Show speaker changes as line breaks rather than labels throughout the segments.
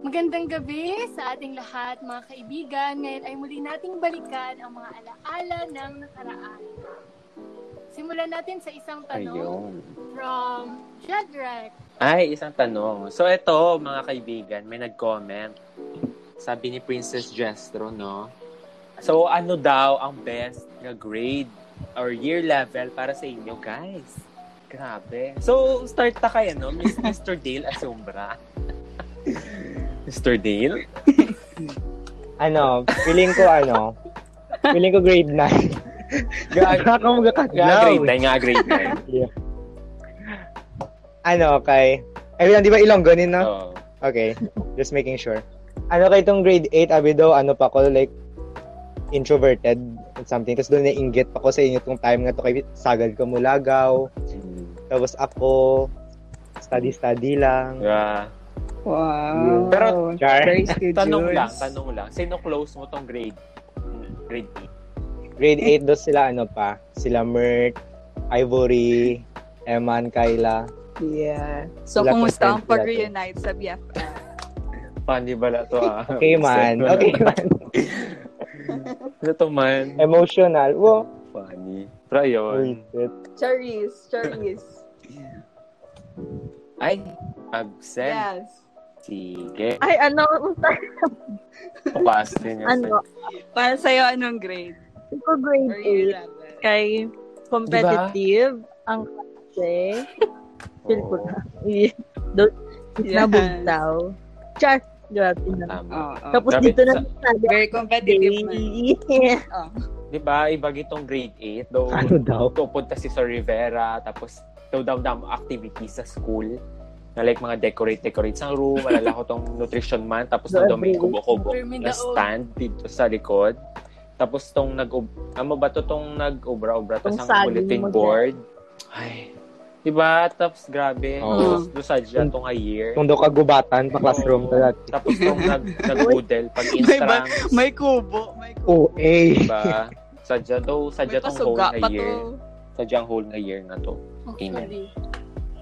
Magandang gabi sa ating lahat, mga kaibigan. Ngayon ay muli nating balikan ang mga alaala ng nakaraan. Simulan natin sa isang tanong
Ano?
Ayun.
from Shadrach.
Ay, isang tanong. So, ito, mga kaibigan, may nag-comment. Sabi ni Princess Jestro, no? So, ano daw ang best na grade or year level para sa inyo, guys? Grabe. So, start ta kayo, no? Miss- Mr. Dale Asombra. Mr. Dale?
Ano, feeling ko ano, feeling ko grade 9.
Gaga
Ako
grade 9, nga grade 9.
Ano, kay... Ay, di ba ilong ganin na?
Oo.
Okay, just making sure. Ano kay itong grade 8, abi daw, ano pa ko, like, introverted and something. Tapos doon nainggit pa ko sa inyo itong time nga to kay Sagad ko Mulagaw. Tapos ako, study-study lang.
Yeah.
Wow.
Pero-
Char.
very studious.
Diba? Tanong lang, tanong lang. Sino close mo tong grade? Grade 8?
Grade 8 daw sila, ano pa? Sila Mert, Ivory, Eman, Kayla.
Yeah. So,
Wala
kumusta ang
content, wala
pag-reunite sa BFF?
Funny bala to ah.
Okay man, okay man.
Ano to man?
Emotional. Wow.
Funny. Pero ayun.
Bullshit.
Charis, Charis.
Ay, absent.
yes.
Sige.
Ay, ano,
Pukasin niya.
Ano?
para sa'yo, anong grade?
Ito
Or
grade
year level?
8. Kay competitive ang kasi. Feel ko na. Don't
Yes.
nabuntaw. Char. Grabe na.
Tama.
Oo, oo.
Tapos
Grabe,
dito na
sa-
sabi.
Very competitive man. Oo.
Di ba, iba itong grade 8. Though,
Ano daw?
pupunta si Sir Rivera. Tapos, daw daw daw activities sa school. Na like mga decorate-decorate sa room. Alala ko tong nutrition man. Tapos, daw daw may kubo-kubo na stand dito sa likod. Tapos, tong nag ano ba to, tong nag-obra-obra to
Tong
sa
saging
bulletin
mo
board. Ay. Diba? Tapos, grabe.
Oo.
Tapos, doon sa dyan tong a year.
Kung daw kagubatan pa classroom
Oo.
talaga.
Tapos, tong nag nag-oodle pag instrang.
May kubo. May
Oh,
kubo.
OA.
Diba? Sadya daw, sadya tong
May
whole
pasuga
na
pa
year.
to.
Sadya ang whole na year na to.
Actually,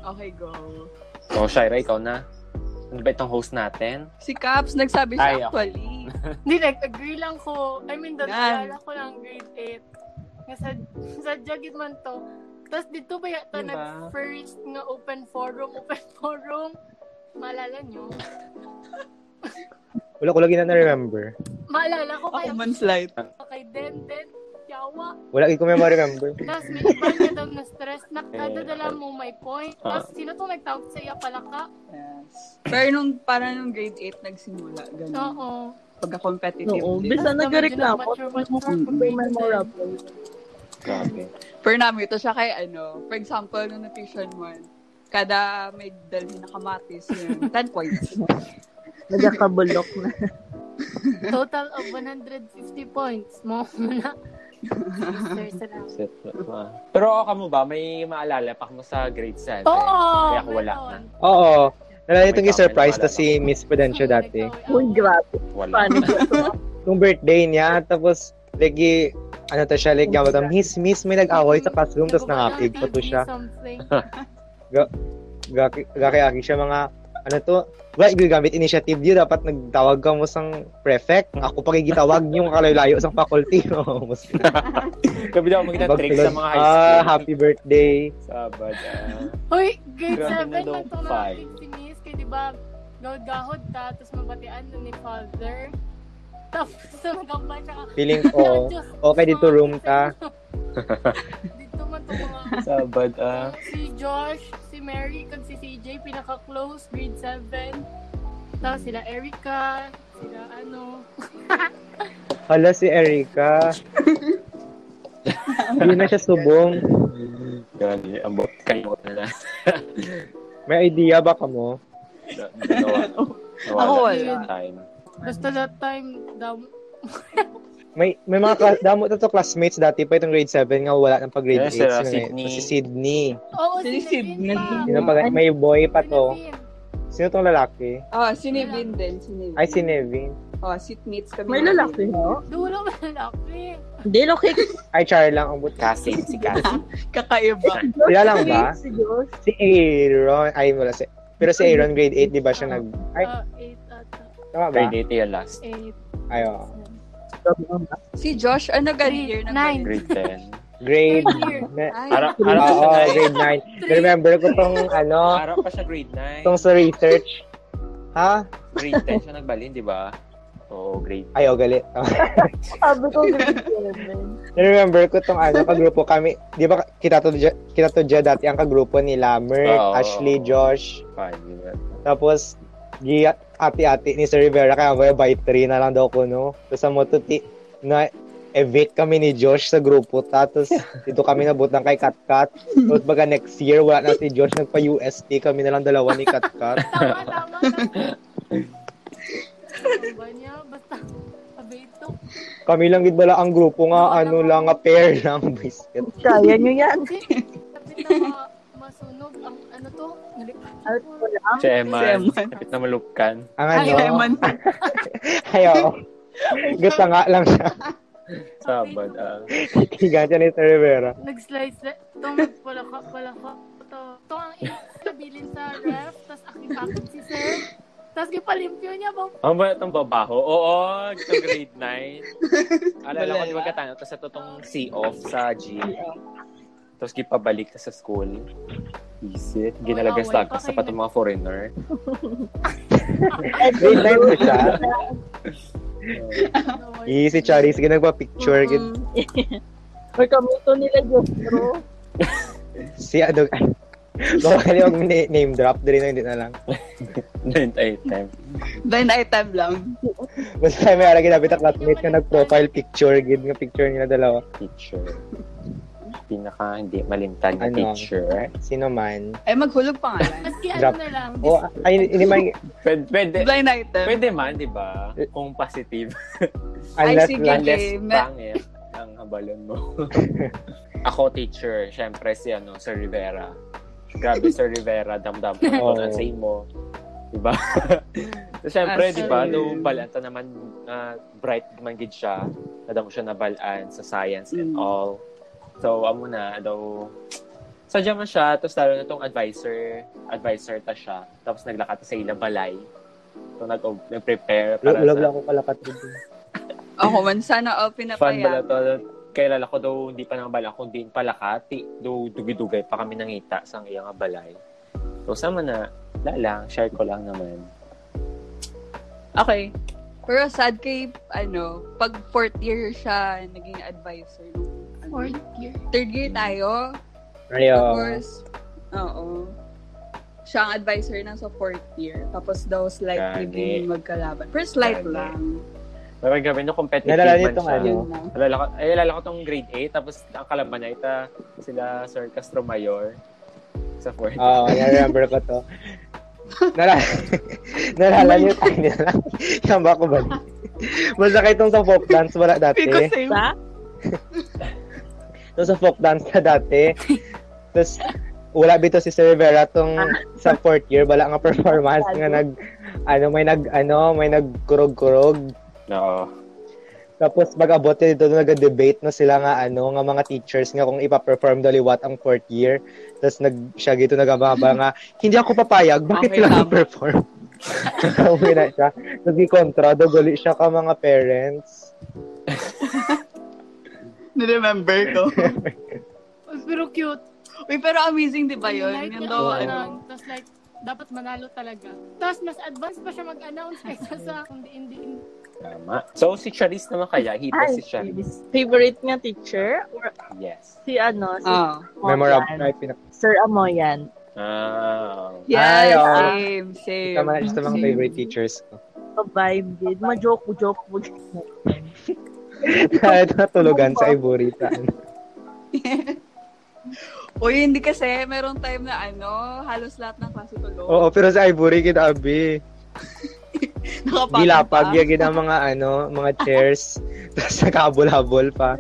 Okay, go.
So, Shira, ikaw na. Ano ba itong host natin?
Si Caps, nagsabi siya
Ay, ako.
actually.
Hindi, like, agree lang ko. I mean,
Yan.
naalala ko lang grade 8. Nga sa, sa jagit man to. Tapos dito ba yata
Diba?
nag-first nga open forum, open forum. Maalala nyo?
Wala ko lagi na na-remember.
Maalala ko
Ako
kaya
man slight.
kay Den Den. Yawa.
Wala ko may ma-remember.
Tapos may iba niya daw na stress. Nakadadala
Eh,
mo may point.
ah.
Tapos sino tong nagtawag sa iya pala ka?
Yes. Pero nung, parang nung grade 8 nagsimula, ganun.
Oo.
Pagka-competitive.
Oo.
din.
Bisa
Tapos
nagreklamo.
medyo na-mature,
Mm-mm.
May mm, memorable.
Grabe.
For namin, ito siya kay ano, for example, nung nutrition month, kada may dalhin na kamatis, yun, 10 points.
Nagkakabulok na.
Total of 150 points mo na. Mister, salamat.
Set, ah. Pero ka mo ba? May maalala pa mo sa grade 7?
Oo!
Kaya ako wala
Oh! meron.
Oo. Nalala itong
May
i-surprise
comment,
to si Miss
Oh
Prudencio dati.
Uy, grabe.
Wala.
Paano siya to?
Yung birthday niya, tapos lagi, ano to siya, like, yawa tam, miss, miss, may nag-away sa classroom, tapos nangakig pa to siya.
Something.
Gaki- Gaki-aki siya mga, ano to, wala, igagamit initiative yun, dapat nagtawag ka mo sang prefect, Ang ako pagigitawag yung kalayo-layo sang faculty. Oo, mas-
Gabi daw magiging trick sa mga high school.
Ah, happy birthday.
Sabad. ah.
Hoy, grade 7
Grabe na daw,
na to na
five.
ating tinis. Kaya diba, gahod-gahod ta, tapos mabatian na ni father. Tapos nagambay siya.
Feeling ko, oh.
Diyos,
okay dito
mga
room ta.
dito man to mga
Sabad ah.
si Josh, si Mary, kag si CJ, pinaka-close, grade 7. Tapos sila Erica, sila ano.
Hala si Erica. Hindi na siya subong.
Grabe. Ambot. Kayo na lang.
May idea ba ka mo?
Nawala.
Ako
Nawala
wala.
yung Time.
Basta that time, daw,
May may mga class, damo to, to classmates dati pa itong grade 7 nga wala ng pag grade
Yes, sila
8.
Sydney.
Si Sydney.
oo,
Si
si Sidney.
Sidney.
Sino pa, may boy pa to. Sino tong lalaki?
Ah, si Nevin din, si Nevin.
Ay, si Nevin.
Oh, seatmates kami.
May lalaki, no?
Dulo ba lalaki?
Hindi, okay.
Ay, Char lang. Ang buti.
Cassie. Si Cassie.
Kakaiba.
Sila lang ba?
Si Diyos.
Si Aaron. Ay, wala si... Pero si Aaron, grade 8, di ba siya nag... Ay,
Ah, eight ata.
Tama ba? oh.
Grade 8 yung last.
Eight.
Ayo.
Sabi ko nga,
Si Josh, ano gan
Grade
year na
nine.
ganun?
Grade 10.
Grade...
Third year.
Na,
Ay,
Harap, harap pa
Oo,
siya na-
grade 9. Remember ko tong ano,
Harap pa siya grade 9.
tong sa research. Ha?
Grade 10 siya nagbalin, di ba? Oo, grade
Ayo, gali.
sabi ko grade 7.
Oh. Remember ko tong ano, kagrupo kami. Di ba kita to, dya- kita to dya dati ang kagrupo nila, Merck,
Oo.
Ashley, Josh.
5. Diba?
Tapos, gi ati-ati ni Sir Rivera, kaya ba by 3 na lang daw ko, no? Tapos sa matuti, na evict kami ni Josh sa grupo ta. Tapos dito kami nabutang kay Katkat. Tapos baga next year, wala na si Josh, nagpa-UST kami na lang dalawa ni Katkat.
Tama, tama. tama. Ano ba niya? Basta abito.
Kami lang gid bala ang grupo nga, ano lang, nga pair lang, biscuit.
Kaya nyo yan.
Kapit na ma- masunog ang ano to?
Out ko lang.
Si Eman.
Eman.
Kapit na malupkan.
Ang
Ay,
ano,
Eman.
ayo. Gusto nga lang siya.
Sabad. ah.
Higa siya ni Sir Rivera.
Nag-slide slide. Itong palaka, palaka. Ito. Ito ang inabilin sa ref. Tapos akipakit si sir. Tapos gipalimpyo niya ba?
Ang ba itong babaho? Oo, itong grade 9. Alala ko, di ba
Malala.
katano? Tapos ito tong see-off sa gym. Tapos kipabalik ka sa school. Isit.
Wala,
Ginalagas-lagas
wala pa
sa patong mga foreigner.
Grade 9 po siya.
No,
Ih, si Charis, sige nagpa-picture. gid.
Mm.
May kamito nila Jethro.
Si ano, bawal yung na- name drop din na, hindi na lang.
Ninth item.
Then item lang.
Basta may ara ginabit ang classmate nga nag-profile picture, gid nga picture nila dalawa.
Teacher. Pinaka hindi malintag na
Ano?
teacher.
Sino man.
Ay, maghulog pangalan.
Maski ano
Drop.
na lang.
O, ay, hindi man,
Pwede, pwede,
Blind item.
pwede man, di ba? Kung positive.
unless
sige.
lang.
Unless
Game.
pangit ang habalan mo. Ako, teacher. Siyempre, si ano, Sir Rivera. Grabe, Sir Rivera. Damdam ko ito
Oo.
na sa imo. Diba? so, siyempre,
Ah,
di ba,
sir.
nung balaan ta naman, ah, bright man gid siya. Nadamo siya na balaan sa science and
Mm.
all. So, amo na, daw, sadya man siya, tapos lalo na tong advisor, advisor ta siya. Tapos naglakata sa ila balay. So, nag- nag-prepare para
Love
sa-
lang ko pala katid.
Ako man, sana all
Fan
pinapaya.
bala to. Kailala ko daw, hindi pa naman bala, kundi in palakati. Do, dugay-dugay pa kami nangita sa iyang nga balay. So, sama na. Wala lang, share ko lang naman.
Okay. Pero sad kay, ano, pag fourth year siya naging advisor.
Fourth year.
Third year tayo.
Ayo.
Tapos, oo. Siya ang advisor na sa fourth year. Tapos daw slight
Gani.
naging magkalaban. Pero slight
Gani.
lang.
Pero grabe, no, competitive
Nalala niyo
man
tong
siya.
ano?
Yun na.
Alala ko, ay, alala ko tong grade 8, tapos ang kalaban na ita, sila Sir Castro Mayor sa fourth.
Oo, na-remember ko to. Nalala, nalala niyo tayo nila. Yan ba ko ba? Basta kayo itong sa folk dance wala dati.
Pico same.
Sa?
Tapos sa folk dance na dati. Tapos, wala bito si Sir Rivera tong sa fourth year. Wala nga performance nga nag, ano, may nag, ano, may nagkurog-kurog.
No.
Tapos mag-abot na dito nung nag-debate na sila nga ano, nga mga teachers nga kung ipa-perform daliwat ang fourth year. Tapos nag, siya gito nagababa nga, hindi ako papayag, bakit
Okay,
lang
tama.
i-perform? Uwi na siya. Nag-contra, duguli siya ka mga parents.
Niremember ko.
Ay, Pero cute.
Uy, pero amazing, di ba yun?
Highlight
Yun
niya
daw,
ang
ano.
unang, Tapos like, dapat manalo talaga. Tapos mas advanced pa siya mag-announce kaysa sa kundi hindi.
Tama. So, si Charisse naman kaya, hita
Ay,
si Charisse.
favorite niya teacher? Or
Yes.
si ano? Si
Oo.
Memorable.
Amoyan.
Ay, pinak-
Sir Amoyan.
Ah.
Yes,
Ay, oo.
same, same.
Tama na siya sa mga
Same.
favorite teachers ko.
Pa-vibe din. Ma-joke-joke po.
Kahit natulogan sa Iburita.
Uy, hindi kasi, meron time na ano, halos lahat ng klase tulog.
Oo, pero sa Ivory, kinabi.
Nakapagod
Gilapag,
pa.
yagin ang mga, ano, mga chairs. Tapos nakahabol-habol pa.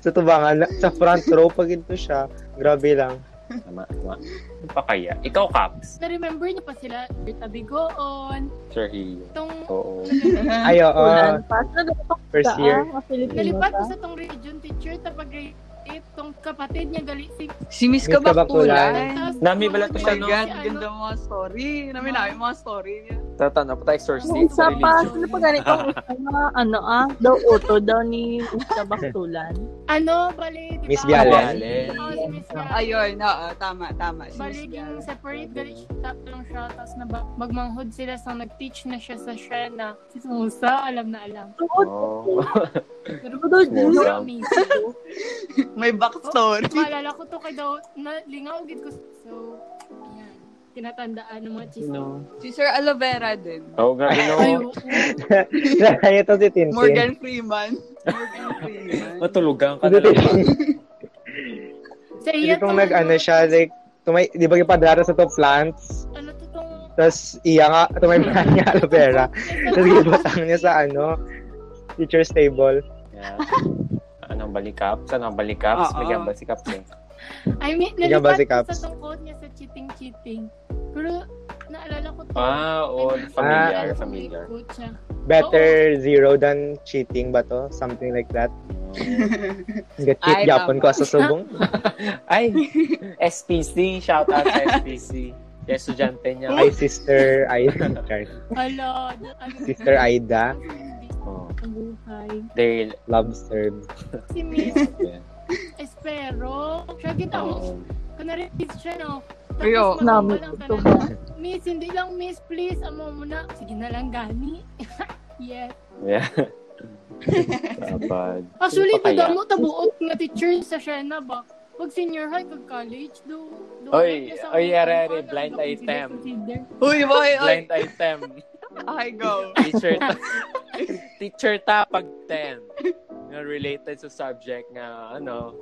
sa tubangan, sa front row, pag ito siya, grabe lang.
Tama, tama. Ano pa kaya? Ikaw, Caps.
Na-remember niyo pa sila. Rita Bigoon.
Sir Hiyo.
Tong
Oo.
Ah,
Ay,
Ah,
oo,
Kunan pa. Ano Nalatok
first
ka,
year.
ah, mga Filipino
Nalipat ko
ka.
sa tong region teacher tapag grade 8 tong kapatid niya gali si
Si Miss
Miss
Kabakulan.
Kabakulan.
Ay,
Tapos, ano,
Nami pala to
Oh
si
siya,
my
no?
God,
ano,
ganda mga story. Namin namin mga story niya.
Tatanong pa tayo exorcist.
Isa pa, sino pa ganitong ano, ano ah, daw auto daw ni Mr. Baktulan.
Ano, bali, di ba?
Miss Bialan.
Oo, si Miss Bialan.
Ayun, oo, tama, tama. Si Miss
Baliging
Bialan.
separate, dali shop lang siya. Tapos na magmanghod sila sa nag-teach na siya sa Shrena. Si Musa, alam na alam.
Tuod,
Oh. Musa.
tuod, tuod.
Pero amazing.
May backstory.
Maalala ko to kay daw, nalingaw gid ko. So, yan. Tinatandaan ng mga chismis.
No.
Si Sir Aloe Vera din.
Oh, grabe
Ay, oo.
no.
Nakaya to si Tintin.
Morgan Freeman. Morgan Freeman.
Matulugan ka
Hindi,
na lang.
Sa
Kasi
iya
kung
to,
nag, ano siya, like, tumay, di ba ipadrara sa top plants,
Ano to tong...
tapos iya nga, tumaybahan niya aloe vera. Tapos gibutang niya sa, ano, teacher's table.
Yeah. Anong balikap? Saan ang balikap?
Oo.
Bigyan ba si Kapten?
I mean,
Ikaw ba si
nalipat ko
Caps?
sa tong quote niya sa cheating-cheating. Pero, naalala ko to.
Ah, oo.
Naalala ko
Familiar,
may
familiar.
quote siya.
Better zero than cheating ba to? Something like that.
Ay,
Gatchit, Japon ko sa subong.
Ay, SPC. Shout out sa SPC. Yung estudyante niya.
Ay, sister Aida. Char.
Hala, the- ano
sister Aida.
hindi
Oh,
ang buhay.
they're...
Love serve.
Si Miss
Yeah.
Espero. Siya kita mo.
Oo.
Kunwari, miss siya, no? Tapos
Ayo.
mamaw
Nami-
lang ka na lang. Miss, hindi lang miss, please. Amo mo na. Sige na lang, gani. yes.
Yeah. Dapat.
Actually,
Sino pa kaya?
tagamot na buot nga teacher sa Sherna ba? Pag senior high, pag college, do... do
Oy,
sa
oy,
mga
yare,
ano,
blind
do-
item.
consider.
Uy, boy, ay,
Blind item.
ay, go.
Teacher ta. Teacher ta pag 10. Nga related sa subject nga ano.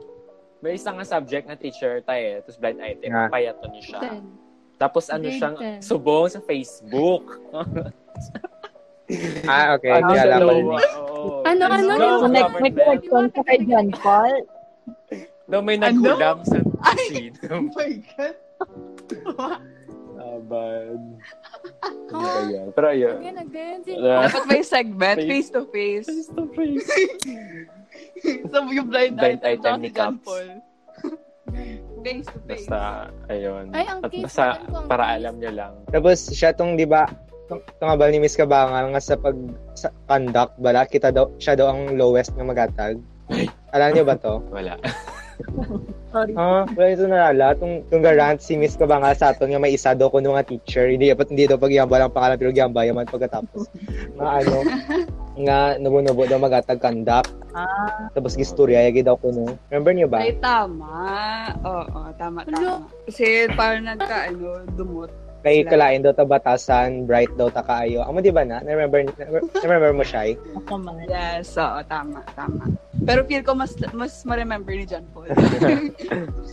May isang nga subject na teacher ta eh. Tapos blind item.
Nga.
Payato niya siya.
Ten.
Tapos ano
Grade
siyang
10.
subong sa Facebook.
Ah, okay.
Ang
Hindi alam ko
dalawa,
rin.
oo.
Ano,
Let's
ano, ano?
go,
So, next, may
Robert Bell.
question ka kay John Paul.
Daw may
Ano?
nagkulam sa
Ay!
sheet.
Oh my God.
Abad. Ano
Ah.
ba yan? Pero ayun.
Again, again. si-
Wala.
Dapat may segment,
Face-
face-to-face. so, yung blind,
Blind
item,
item
daw
ni
si John
Caps.
Paul. Face-to-face.
Basta, ayun.
Ay, ang
At
case
basta,
natin ko, ang
para
case.
alam nyo lang.
Tapos siya tong, di ba, tong, tong abal ni Miss Kabangal nga sa pag sa conduct bala kita daw siya daw ang lowest nga magatag. Alam niyo ba to?
Wala.
Sorry.
Ah, wala ito nalala. Tung, tung garant si Miss Kabangal sa aton nga may isa daw kuno nga teacher. Hindi dapat hindi daw pagyamba lang pangalan pero gyamba yaman pagkatapos. Nga ano nga nubo-nubo daw magatag conduct.
Ah.
Tapos gistorya yagi daw kuno. Remember niyo ba?
Ay, tama. Oo, tama, tama. Kasi parang nagka, ano, dumot.
Kay kalain daw ta batasan, bright daw ta kaayo. Amo di ba na? Na-remember na-remember mo siya?
Ako man.
Yes, oo, tama, tama. Pero feel ko mas mas ma-remember ni John Paul.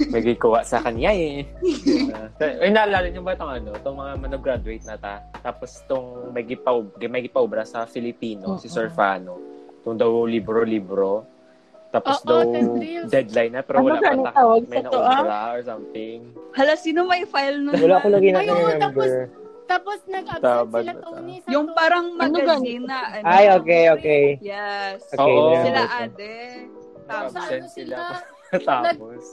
May gikuha sa kanya eh. Uh, ay, naalala nyo ba itong ano? Itong mga managraduate na ta. Tapos itong may, gipaw, may gipaubra sa Filipino, si Sir Fano. Itong daw libro-libro. Tapos
Oo,
daw
Tendrils.
deadline na pero
Ano
wala pa
ba ang
ta-
tawag
may
sa to, ah?
naubra or something.
Hala, sino may file nun?
Wala ko lagi na
Ay, oo,
remember.
Tapos nag-absent
Tabad
sila,
ba ta?
Tony. sa
Yung
to-
parang
Ano
magazine na, ano.
Ay, okay, okay.
Yes.
Okay,
Oo.
remember
Sila
ko.
ate.
Sa
Tama.
ano
Absent sila.
sila?
Tapos,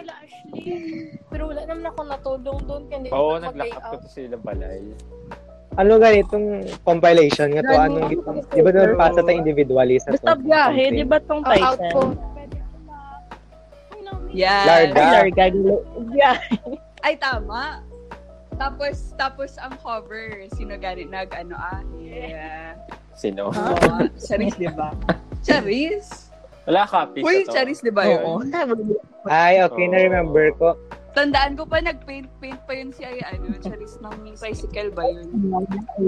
Sila Ashley.
Pero wala naman ako natulong doon. Kaya
oo,
ako
nag-lock
mag-day
up ko sila balay.
Ano ganitong compilation nga to? Anong
Ganun.
gitong, di ba doon pasa tayong individualist?
Basta biyahe, di ba tong
Ang out ko.
title?
Yes.
Ay,
Larda.
larga. Biyahe.
Ay, tama. Tapos, tapos ang cover, sino ganit nag, ano ah, yeah.
Sino?
Huh? Charis, di ba? Charis?
Wala copy sa
Uy,
to.
Charis, di ba yun?
Oo.
Ay, okay,
Oo.
na-remember ko.
Tandaan ko pa, nag-paint-paint pa yun si, ay, ano, Charis ng tricycle ba yun?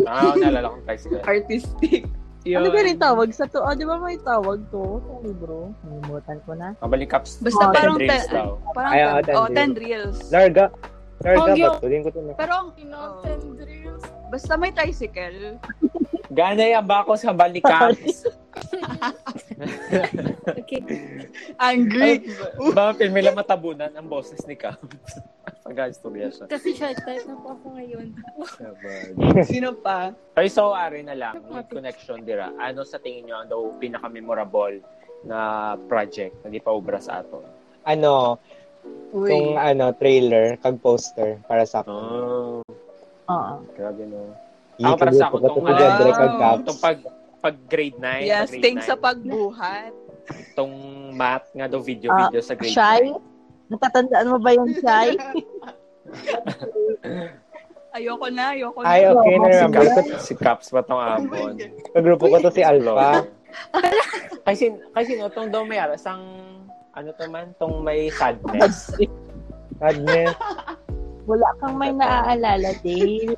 Ah, naalala kong tricycle.
Artistic. Yun.
Ano ba rin tawag sa to? Ah, di ba may tawag to? Sa libro? Nalimutan ko na.
Mabalik cups.
Basta
Oh,
parang,
Tendrils
ten,
daw.
parang,
Ay, oo,
ten, oh,
tendrils.
ten reels.
Larga. Larga
Hongyo.
ba to? Din ko to na.
Pero, ang-
Pinon,
Oo.
tendrils.
basta may tricycle.
Ganay ang bakos sa balikaps.
Okay.
Angry.
Mga film nila matabunan ang boses ni Caps. Pag istorya siya.
Kasi short type na po ako ngayon.
Sino pa?
Ay, so, Ari na lang,
Ano
yung connection dira. Ano sa tingin nyo ang daw pinaka-memorable na project na di pa ubra sa ato?
Ano,
Uy.
kung ano, trailer, kag poster para sa akin.
Oh,
Oo.
grabe no. Ako para sa akin, itong,
Tutugan,
ah,
direct ang caps.
itong pag, pag grade 9,
Yes,
grade
thanks sa
9,
pagbuhat.
itong math nga daw video,
Ah,
video sa grade
Shy? Natatandaan mo ba yung shy?
Ayoko na, ayoko na.
Ay, okay,
Si
na-remember ko.
Caps, si Caps pa tong abon.
Kagrupo ko to si Alpha.
Kasi, kasi no, tong daw may aras ang, ano to man, tong may sadness.
Sadness.
Wala kang may naaalala, Dale.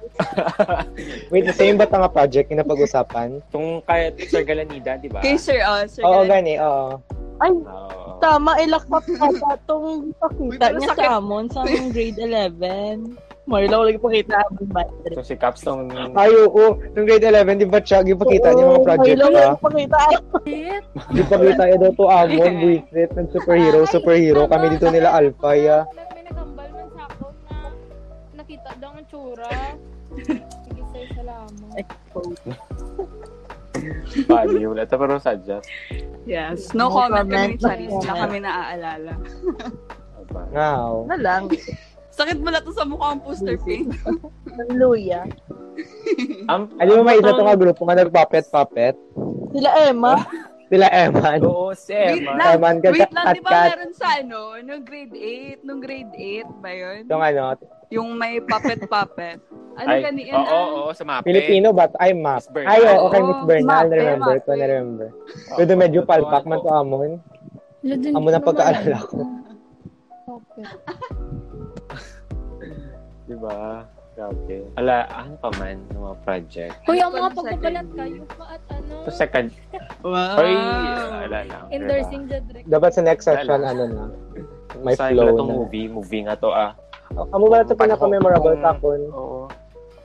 Wait, same ba tanga project yung napag-usapan?
Tong kay Sir Galanida, di ba?
Kay Sir, oh, Sir
Oo,
Galan.
gani, oo.
Ay,
Oo.
tama, ilakpak pa ba itong
Uy,
pakita
parang
niya
sakit.
sa amon sa among grade 11? Marla, wala yung pakita amon ba?
So si Caps tong
Ay, oo. Nung grade 11, di ba siya, ipakita niya yung mga project ah.
Marla,
ka?
wala yung pakita
Shit.
Di pa kita tayo daw to Amon, buisit, ng superhero,
Ay,
superhero.
tama.
Kami dito nila Alpha, ya.
May nakambal man sa akin na nakita daw ang tsura. Sige, sir, salamat.
value. Ito pero sadya.
Yes, no,
No
comment, kami ni
comment, no
Charis. Wala
comment.
kami naaalala.
Now.
na ano lang.
Sakit mo na to sa mukha ang poster paint.
Ang luya.
Am,
Alam mo, may isa tong grupo nga nagpapet-papet.
Sila Emma,
Sila Eman.
Oo, ah. si
Wait
Emma.
lang.
Eman,
Wait lang, di ba
kat-kat.
meron sa ano, nung grade 8, nung grade 8 ba yun?
Itong ano,
Yung may puppet-puppet. Ano
Ay,
ganiin?
oo,
ah?
oo, sa mape.
Filipino ba? Ay, map.
Miss Bernal.
Ay, oo, kay Miss
Oo,
Bernal.
Map, eh,
Na-remember
Map,
ko,
eh.
na-remember. Pero medyo palpak man to Amon. Amon ang pagkaalala ko.
Diba? Grabe. Ala, ano pa man ng mga project?
Hoy, ang mga
Second.
pagbabalat kayo pa at ano.
Ito second.
Wow.
Ay,
Ah.
ala lang.
Endorsing the direct.
Dapat sa next session, ano na, may
Sayang
flow
pala tong
na.
movie. Movie nga to ah.
Amo ba na ito pinaka-memorable
Kung-
takon?
Oo.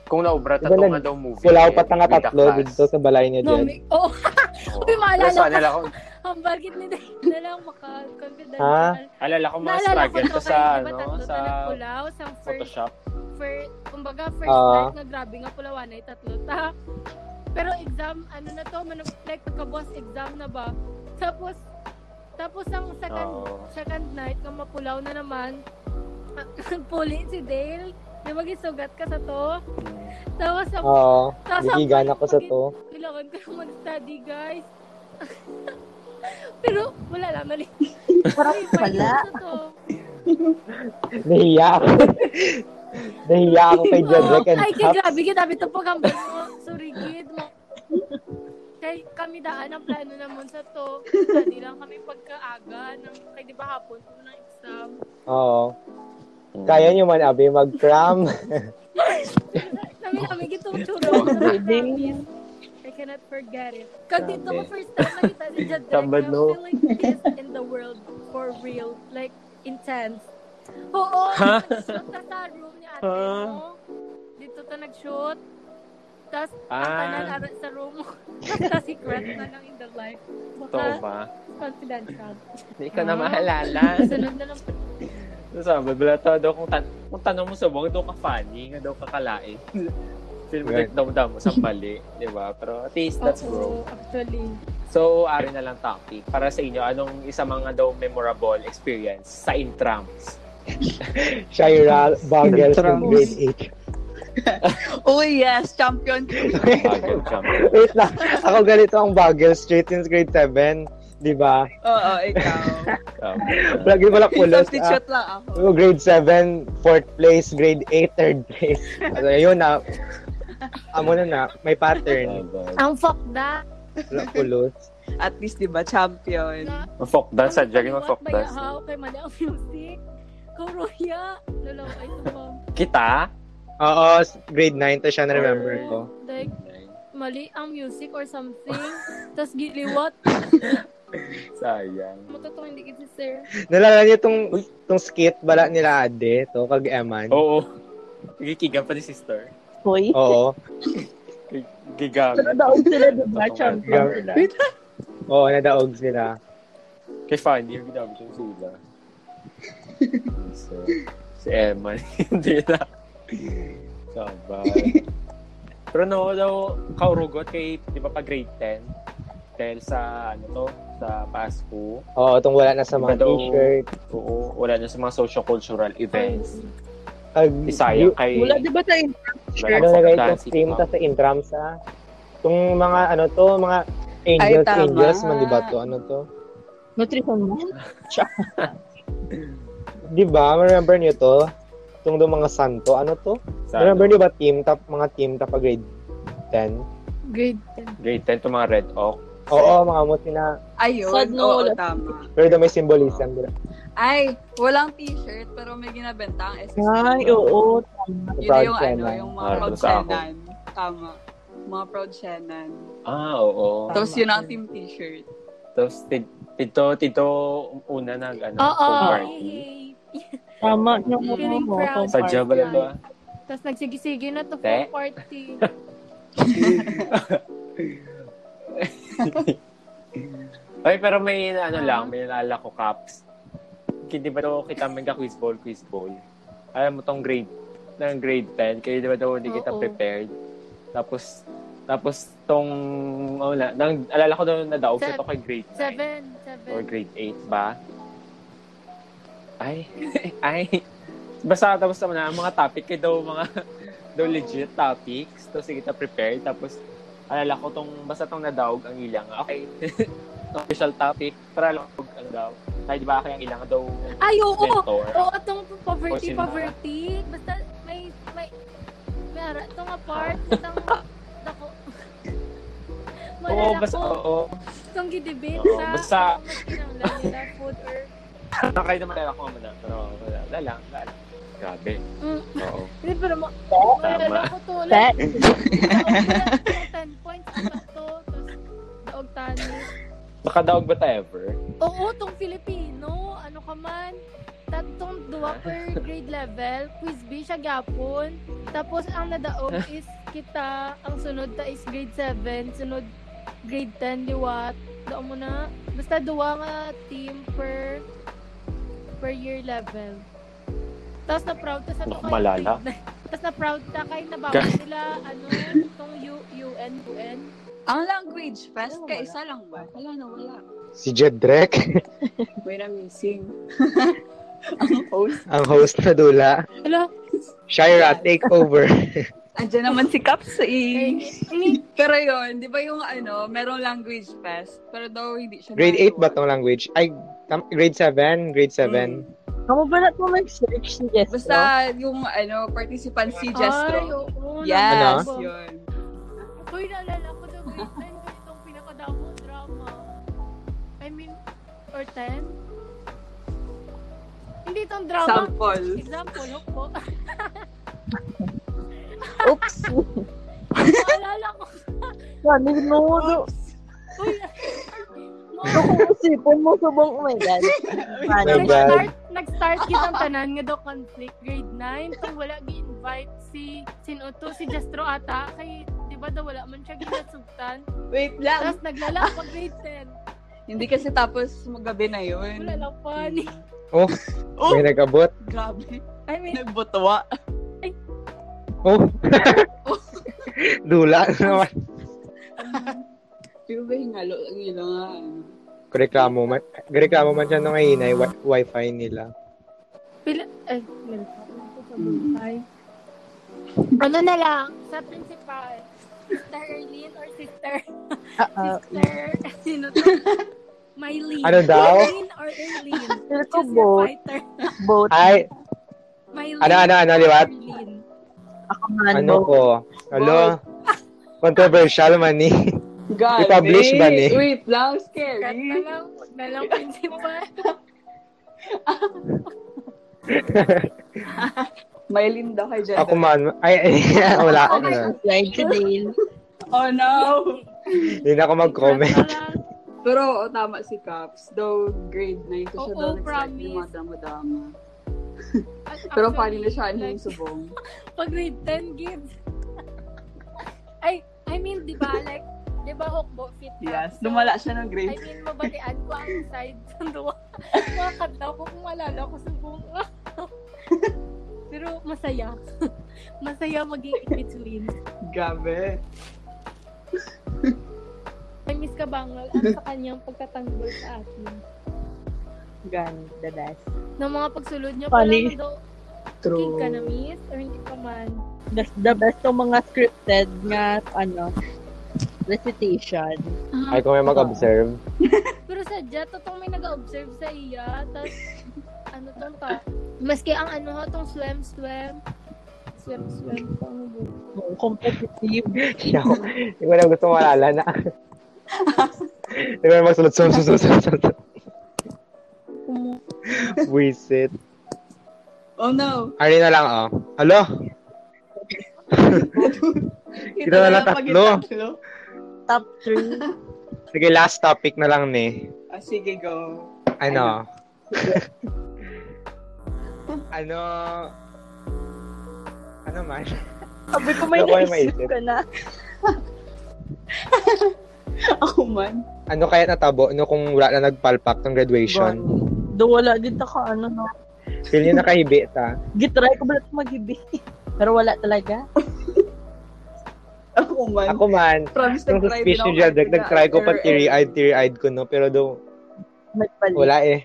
Kung naubra ta
Diba
to
nag-
nga daw movie.
Wala ko
eh,
pa tanga
with the
tatlo
class.
dito sa balay niya
No,
dyan.
may, oh,
Oo.
Uy, maalala
Basta alala ko.
ang bagit ni Dave na lang maka-confidential.
Ha?
Alala ko mga
Naalala ko
struggle
to Hmm.
ko sa,
kayo, di ba
ano,
tatlo
sa
sa... nagpulaw, sa first,
Photoshop.
first, kumbaga first
Ah.
night na grabe nga pulawan ay tatlo ta. Pero exam, ano na to, man, like pagka-boss exam na ba? Tapos, tapos ang second,
Oo.
second night, nga mapulaw na naman, nagpuli si Dale, na magisugat ka sa to.
Hmm.
Tapos, sa,
Oo.
tapos ang
Nagigan Ah, ako sa
pagit-
to.
kailangan ko yung mag-study, guys. Pero wala lang, mali.
parang
Ay,
wala.
sa Ano to.
Nahiya ako. Nahiya ako kay Jedrick and
Ay, kay
Cap.
grabe, kinabi ito pag ang bag mo. Sorry, kid. Mo. Kay kami daan ang plano naman sa to. Study lang kami pagkaaga. Ng, kay di ba hapon po ng exam.
Oo. Kaya niyo man, Abi, mag-cram.
Kami, kami gitong churro.
Baby.
I cannot forget it. Kag dito ko
Grabe.
first time nakita si Jed Drake,
Tambad,
I
no?
feel like this in the world for real. Like, intense. Oo,
Ha?
nag-shoot na sa room ni ate
Ha?
mo. Dito to nag-shoot. Tapos, tanan
Ah,
ara- sa room mo. Basta secret na lang in the life.
ito
Baka
ba?
confidential.
Hindi ka
Ah.
na maalala. Ano
Sunod na lang.
Sabi, balatado kung, tan kung tanong mo sa buong, daw ka funny, nga daw ka kalain. Film
Right.
right. daw mo sa mali, di ba? Pero at least that's
Oo,
bro.
actually.
So, ari na lang topic. Para sa inyo, anong isa mga daw memorable experience sa intrams?
Shira Bagels
Cram.
from grade
Oh, yes, champion.
8.
Bagel jump.
Wait lang. Ako ganito ang Bagels straight since grade 7. Di ba?
Oo, ikaw.
Um,
Lagi pala kulos. ah.
Substitute lang ako.
Oh, grade 7, 4th place. Grade 8, 3rd place. So, ayun na. Amo na na. May pattern.
Ang fuck na.
Wala kulos.
At least, di ba, champion.
Na-
Fuck dance,
Ang
sadya yung
kaliwat
fuck
ba
dance.
yahaw kay ah, mali ang music. Kuruya. Lalaw ay tumam.
Kita?
Oo, grade 9 to siya na-remember ko.
Like, mali ang music or something. Tapos giliwat.
Sayang.
Matotoo hindi kita, sir.
Nalala niyo tong, tong skit bala nila ade, to kag Eman.
Oo. Nagikigan pa ni sister.
Hoy.
Oo.
Gigamit.
Pero daon sila, di ba?
Totoo.
Champion sila.
Oo, nadaog sila.
Kay Fanny, yung ginamit yung sila. so, si Emma, hindi na. Sabay. Pero no, daw, kaurugot kay, di ba, pa grade 10? Dahil sa, ano to, sa Pasko.
Oo, tong wala na sa mga
Iba daw.
t-shirt.
Oo, wala na sa mga social-cultural events.
Kag,
Isaya kay...
Wala, di ba tayo?
Balak
Ano
sa
nagay itong
transit
stream,
hub.
tapos sa intram sa... Itong mga ano to, mga angels,
tama.
angels, man, di ba to? Ano to?
Nutrition man?
Di ba? Remember niyo to? Itong doon mga santo, ano to?
Sa
Remember niyo ba team tap, mga team tap grade 10?
Grade 10.
grade 10 to mga red oak.
Oo, mga muti na.
Ayun,
Sad na
oo,
wala.
tama.
Pero doon may symbolism. Diba?
Ay, walang t-shirt, pero may ginabenta ang SS.
Ay,
Diba?
oo. Tama.
Yun
Proud
yung ano,
Shannon.
yung mga
Ah,
proud
basta ako.
Shannon. Tama. Mga proud Shannon.
Ah, oo.
Tapos yun ang team t-shirt.
Tapos tit- tito, tito, una nag, ano,
Oo.
pool party.
Hey,
Tama. Yung
Feeling
mo,
proud.
Sa Jabal
Party.
ito ah.
Tapos nagsigisigi na to
Te.
for party.
Ay, pero may, ano
Ah.
lang, may naalala ko caps. Hindi ba ito kita mga quiz ball, quiz ball? Alam mo tong grade, ng grade 10, kaya di ba ito hindi kita
Oo.
prepared? Tapos, tapos tong, oh, na, nang, alala ko doon na daog
Seven.
siya to kay grade 9
Seven.
or
Seven.
grade 8 ba? Ay, ay. Basta tapos naman na, ang mga topic kay daw mga daw legit topics. Tapos sige kita prepare. Tapos alala ko tong basta tong nadaog ang ilang. Okay. official topic para lang ano daw. Ay, di ba kaya ang ilang daw
Ay, oo.
mentor.
Oo, itong poverty,
Or sino?
poverty. Basta may, may, may ara, itong apart, itong, ako,
Oo,
malala
basta
ko,
oo.
itong gidebate
Oo,
sa,
basta-
kung lang nila, food or,
Nakay naman alala ko muna. Pero wala, wala lang, wala lang. Grabe.
Mm.
Oo.
hindi pero ma, malala ko to, like, daog
Te.
ko lang, 10 points, apat to, tapos, daog tanis.
Nakadaog ba tayo ever?
Oo, itong Filipino, ano ka man, tatong dua per grade level, quiz B siya gapon. Tapos ang nadaog is kita, ang sunod ta is grade 7, sunod grade 10 liwat. Doon mo na. Basta dua nga team per per year level. Tapos na proud ta sa to
Naku, malala.
Tapos na proud ta kay nabawi nila ano tong U, UN UN.
Ang language fest,
Ano,
kaisa lang ba? Wala na, wala.
Si Jedrek,
May na missing. ang host.
ang host na dula.
Hello.
Shira, take over.
Andiyan naman si Caps eh.
Hey,
Pero yun, di ba yung ano, merong language fest, pero daw hindi siya
Grade 8 ba
nagawa.
tong language? Ay, tam- grade 7? Grade 7?
Kamu ba na't mo mag-search si Jess?
Mm. Basta yung ano, participant si
Ay,
Jestro.
oo.
Yes,
nabawi.
yun.
Uy, naalala ko na grade 9 ko itong pinakadamo drama. I mean, or 10? Hindi itong drama.
Sample.
Example, hukbo.
Oops.
Naalala ko.
Sabi mo, no.
Uy,
Ano kung isipin mo subong, oh my God.
my God.
Ano ba?
nag-start, nag-start kitang tanan nga daw conflict grade 9 kung wala gi-invite si Sinuto, si Jastro ata kay di ba daw wala man siya ginasugtan
Wait lang.
tapos naglala pag grade 10
Hindi kasi tapos magabi na yun.
wala lang pa ni
Oh,
Oh,
may nag-abot.
grabe.
I mean
Nagbutwa.
Oh. dula naman.
Pero ba hingalo ang ilang ano.
Reklamo man. Reklamo man siya nung ngayon ay wi- wifi nila.
Pila, ay, meron pa ako dito sa
Mm.
buhay. Ano na lang, sa principal, Sister Erlene or Sister,
Ah, ah.
Sister, sino to? Mylene.
Ano daw?
Mylene or Erlene?
Feel ko
Choose your
both.
fighter.
Both.
Ay,
Mylene
ano, ano, ano,
or
liwat?
Erlene?
Ako man,
Ano
both.
ko? Hello? Controversial man eh.
Grabe.
I-publish ba ni?
Wait
Cut
lang,
na
scary.
lang, wag na lang principal.
May linda kay Jeddah.
Ako man. Ay, ay wala. Ano na.
Slide to Dale.
Oh no!
Hindi na ako mag-comment.
Cut na lang.
Pero oo, tama si Caps. Though grade 9 ko siya
Oo,
daw nag-start yung mga
promise.
drama-drama.
At
Pero
actually,
funny na siya ano
like,
yung subong.
pag grade 10 gives. Ay, I mean, di ba, like, di ba hukbo fit ka?
Yes,
So,
lumala siya ng grade
I mean, mabatian ko ang side ng duwa. Mga kanta ko kung malala ko sa buong Pero masaya. masaya maging in-between.
Grabe.
I miss ka bangal ang sa kanyang pagtatanggol sa atin.
Ganda, das.
Ng mga pagsulod niya,
Funny.
parang daw, king
True.
ka na miss or hindi pa man.
best, the best yung mga scripted nga, ano, recitation.
Ah.
Ay, kung may mag-observe.
Pero sadya, totoong may nag-observe sa iya. Tapos, ano tong pa? Maski ang ano ho, tong swem, swem. Swem, swem. Pang
Competitive.
Hindi ako- hindi ko na gusto maalala na. Hindi ko na magsulat. Sum, sum, sum, sum, sum. Wisit.
Oh no.
Ari na lang, oh. Hello? Kita na lang
pag
tatlo.
itatlo.
Top 3.
Sige, last topic na lang ni.
Ah, sige, go.
Ano? ano? Ano man?
Sabi ko may
Ako yung
naisip
maisip.
ka na.
Ako man.
Ano kaya natabo no kung wala na nagpalpak ng graduation?
Do wala gid ta ka ano no.
Feel niyo ah. nakahibi ta.
Gitry ko ba ito maghibi? Pero wala talaga.
Ako man.
Ako man,
Promise,
nung
nag-try din
speech
ako.
ni Jadrek, nag-try ko pa
After-
teary-eyed, teary-eyed ko, no? Pero do,
Nagpalit.
wala eh.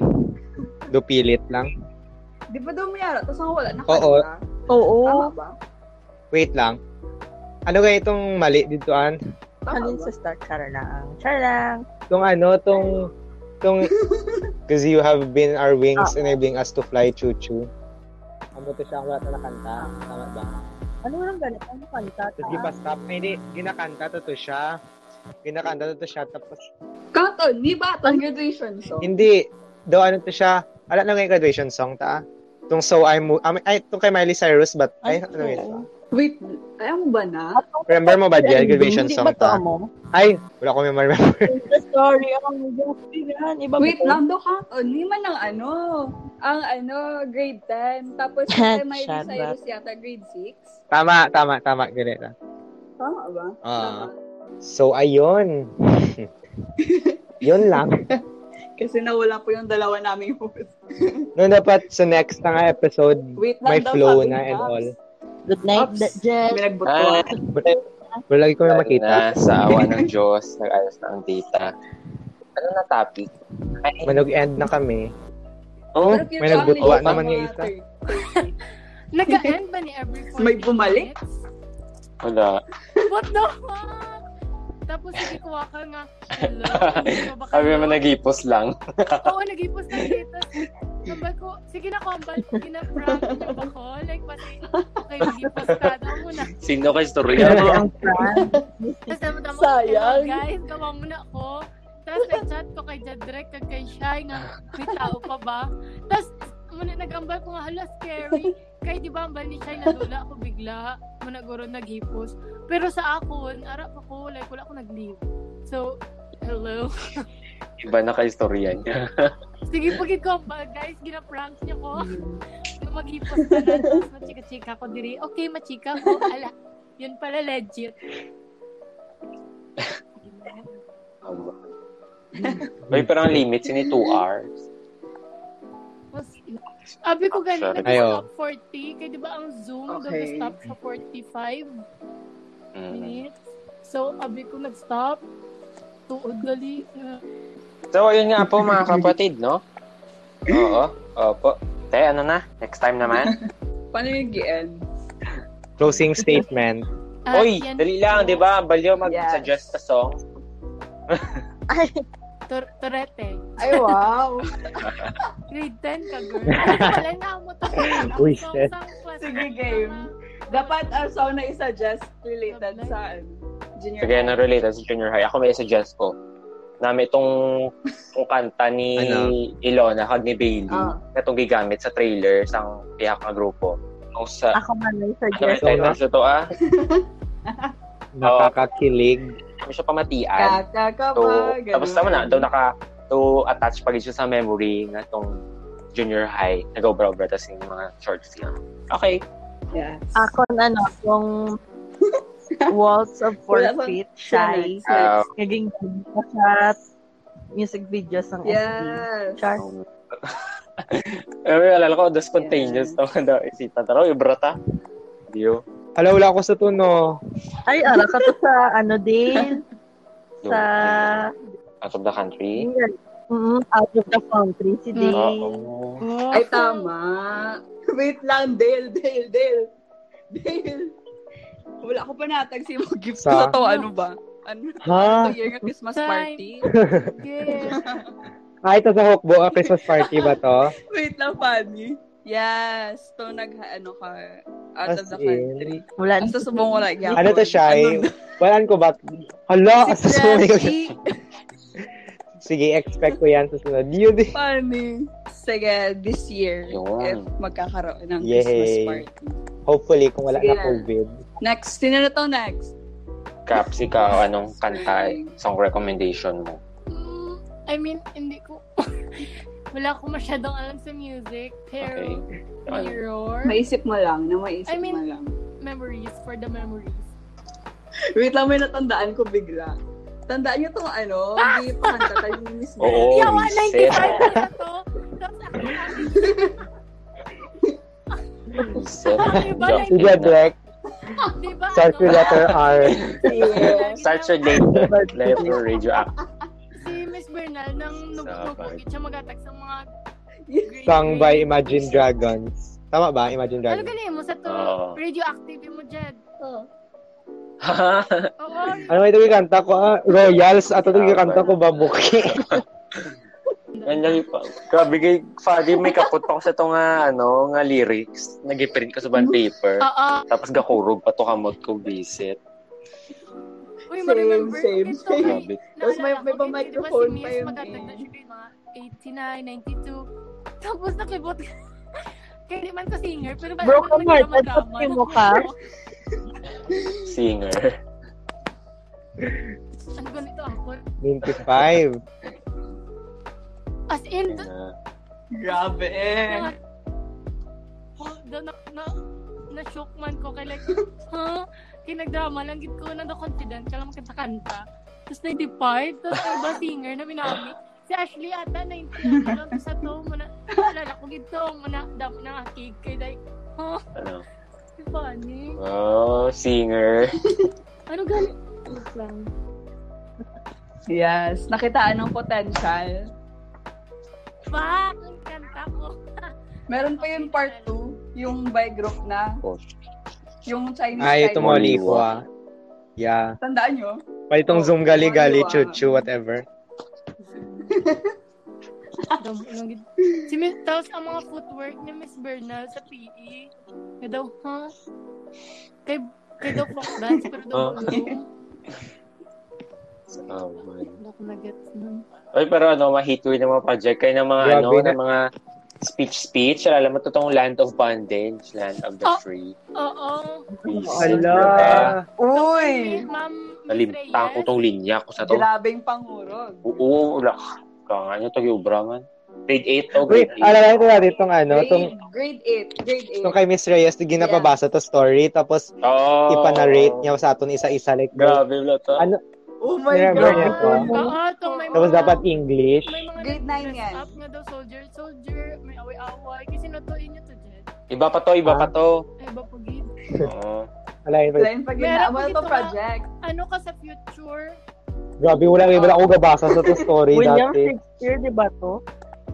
Do pilit lang.
Di ba daw may ara? Tapos ako wala.
Oo.
Nakalimutan. Tama
Oo.
ba?
Wait lang. Ano kaya itong mali dito, An?
Tama
Halin
ba?
sa start. Char lang. Char lang.
Tong ano, tong... Tong... Cause you have been our wings
Ah.
enabling us to fly, choo-choo. Ano to siya? Wala to nakanta. Tama ba?
Ano lang ganito? Ano kanta?
Tapos gipastop. Ay, hindi. Ginakanta to to siya. Ginakanta to to siya. Tapos,
Cotton, ni Batang graduation song.
hindi. Daw ano to siya. Wala na ngayon graduation song, ta? Tong So I'm... Mo- Am- Ay, tong kay Miley Cyrus, but... Ay, ano yun? ta?
Wait, ayaw mo ba na?
Remember mo ba, Jel? Graduation
Hindi
song,
ba to
ta?
mo?
Ay, wala ko remember.
The story. Ang gaspigan.
Ano
Iba ba
Wait
to?
lang daw, Cotton. Ni man ang ano, ang ano, grade 10. Tapos
Shut
kay Miley
up.
Cyrus yata, grade 6.
tama, tama, tama. Ganito.
Tama ba?
Ah.
Tama.
So, ayun. yun lang.
Kasi nawala po yung dalawa naming host.
No, dapat sa next na nga episode,
Wait lang
may
daw,
flow
sabi
na
ni
and
Pops.
all.
Good night,
Oops.
Jess.
May nagbuto.
Ah,
Wala lagi ko na makita.
na, sa awa ng Diyos, nag-ayos na ang data. Ano na topic? Ay,
Manag-end na kami.
oh,
Pero cute
may
lang,
nagbutuan
may
naman yung
mga
isa.
third.
Nag-end ba ni every 40
May bumalik?
minutes?
wala.
What the fuck? Tapos hindi ko ka nga. Hello? ano ba
Kami
kayo?
mo nag-ipos lang.
Oo, nag-ipos na dito. Sabi ko, sige na combat, ginaprank niyo ba ko? Like, pati, okay, nag-ipos ka. Ako muna.
Sino kay
Grabe
Storya?
ang prank.
Tapos naman naman,
Sayang.
"Hello, guys, gawa muna ako. Tapos nag-chat ko kay Jadrek, kag kay Shai, nga, may tao pa ba? Tapos, muna nag-ambal ko nga, hala, scary. Kay di ba ambal ni Shai, nadula ako bigla. Muna guro naghipos. Pero sa akon, arap ako, like, wala ako nag-leave. So, hello.
Iba na kay Storya niya.
Sige, pagid ko, ba, guys, ginaprank niya ko. Yung maghipos ka na, tapos machika-chika ko diri. Okay, machika ko, ala. Yun pala legit.
Tama. May parang limit yun eh, 2 hours.
Mas, sabi ko ganun,
Sorry.
Ayo.
nag-stop 40. Kaya di ba ang Zoom,
Okay.
nag-stop sa 45
Mm.
minutes. So, sabi ko nag-stop. Tuod gali. Uh,
So, ayun nga po mga kapatid, no? Oo. Opo. Te, ano na? Next time naman?
Paano yung end?
Closing statement.
at
Oy,
Ah, yan
dali lang,
po,
di ba? Balyo mag-suggest a song.
Ay,
Tor- Torete.
Ay, wow.
Grade 10 ka, girl. Ay, Wala na mo to.
Uy,
Song-
shit.
song class.
Sige, game. Dapat ang sound na isa-just related sa ano, junior
Sige, ano related sa junior high? Ako may suggest ko. Namin itong, itong kanta ni
Ano?
Ilona, kag ni Bailey,
Ah.
na itong gigamit sa trailer sa iyak na grupo. Nung sa,
ako man
ano
may
yung
suggest.
title sa to ah?
Nakakakilig.
Ano siya pamatian?
Kaka ka
So,
ba? Ah, Ganun.
tapos naman na, daw naka, to attach pa rin siya sa memory na itong junior high, nag-obra-obra tas yung mga short film. Okay.
Yes.
Ah,
Ako na ano, yung Waltz of Four
Wala sa-
Feet, Shy.
Yes.
Ah. Um,
yes.
Naging ko sa music videos ng SB.
Yes.
Char.
Um, eh, alala ko, the spontaneous
Yeah.
naman daw. Isita taro, ibrata. Diyo.
Hala, wala ko sa tuno.
Ay, ala ka to sa ano din. sa,
Out of the country.
mm, out of the country, si
Mm.
Dale.
Oo.
Oh,
Ay, tama. Wait lang, Dale, Dale, Dale. Dale. Wala ko panatag si mo gift
Sa- Ah.
sa to. Ano ba? Ano?
Ha?
Ito year nga Christmas
Time.
party.
Yes.
Ah, ito sa Hokbo, ah, Christmas party ba to?
Wait lang, funny. Yes. To nag, ano ka, out of
As
the
in?
country.
Wala.
Basta subong wala gyapon.
Ano to, Shai?
Ano-
Walaan ko ba? Hala,
Si
asusunod ko.
Freshy.
Sige, expect ko yan sa sunod. Yun eh.
Funny. Sige, this year,
Yun.
if magkakaroon ng
Yay.
Christmas party.
Hopefully, kung wala na
Sige na.
COVID.
Next, sino na to next?
Caps, ikaw, anong kanta, song recommendation mo?
Mm, I mean, hindi ko... Wala ko masyadong alam sa music.
Okay.
Pero,
Ano?
mirror.
Maisip mo lang, na maisip
I mean-
mo lang.
Memories for the memories.
Wait lang, may natandaan ko bigla. Tandaan niyo tong ano,
Ah!
hindi pa kanta tayo ni Miss Beth.
Oo. Oh,
Yawa,
reset.
95 na to. Tapos ako,
Reset.
Iba na
Joking
Sige,
na.
Black.
di ba?
Start with
ano,
letter R.
Yeah.
Start your day. Left or radio act.
Si Miss Bernal nang nubukit siya magatag sa mga grade
Sung
grade.
by Imagine Dragons. Tama ba? Imagine
Ano
Dragons.
galing mo sa to?
Oo.
Radioactive mo, Jed.
Oh.
Oo. Oo.
Ano ba ito yung kanta ko? Ah, Royals. At ito yung kanta ko, Babuki.
Ang lagi pa. Grabe kay Fadi, may kapot pa ko sa itong ano, nga lyrics. Nag-print ko sa band paper.
Oo.
Tapos gakurog pa to kamot ko visit.
Uy,
Same,
ma-remember.
same,
Ito,
same.
may-
Grabe.
Tapos may-
naalala ko, di- di
may
ba
pa-microphone
si
pa
Miss
yun
magatag na
eh.
siya din, mga 89, 92. Tapos nakibot ka. Kaya di man ko singer, pero ba
Broken heart, at
Ang
yung mukha.
Singer.
Ano ganito ako?
95.
As in,
Yun na.
Grabe eh.
na, na, na, na, na shock man ko kay like, huh? Kinagdrama lang git ko na the confident ka lang makita kanta. Tapos na-depart, tapos ay ba singer na minami. Si Ashley ata, 90 ano lang sa to, muna, alala ko gito, muna, dam na akig kay like, huh?
Ano?
Si funny.
Oh, singer.
Ano galing? Wait lang.
Yes, nakitaan ng potential.
Fuck! Ang kanta ko.
Meron pa yung part 2, yung by group na,
Oh,
yung Chinese
Ay,
Chinese.
tumaliwa. ah. Yeah.
Tandaan nyo?
Pwede itong Zoom gali-gali,
ah.
chuchu, whatever.
Dam, ano git. Si Miss, tapos ang mga footwork ni Miss Bernal sa PE. Kaya daw, huh? Kay, kay daw folk dance, pero daw
Oh.
bulong.
oh man.
Hindi ako nag-gets nun.
Oy, pero ano, mahitoy na mga project kayo ng mga ano,
Grabe na.
ng mga speech-speech. Alam mo, totoong land of bondage, land of the
Oh.
free.
Oo.
Visit,
Ala.
Si
Uy!
Ma'am Miss
Nalimtang ko
Reyes.
tong linya ko sa to.
Grabeng pangurog.
Oo, wala. Kaya nyo to, Yubra man. Grade 8 to,
Wait,
grade 8.
alala ko natin itong ano, itong
Grade, grade 8, grade 8.
Nung kay Miss Reyes, ginapabasa to story, tapos
Oh,
ipanarate niya sa atin isa-isa. Like,
Grabe, wala to.
Ano?
Oh my
Remember niyo to?
God!
Oo, itong Ah, may
tapos
mga-
dapat English.
may mga nag-dress
Grade nine yan.
up nga daw, soldier, soldier, may away-away. Kasi natuin niyo to, Jed.
Iba pa to, iba pa
Ah.
to. Oh.
Ay, ba po, Gid?
Oo.
Alain pa.
Line pag
Meron
ginaamal
dito
to
na-
project.
Ano ka sa future?
Grabe, wala rin. Wala ako gabasa sa to story
William
dati.
Shakespeare, di ba to?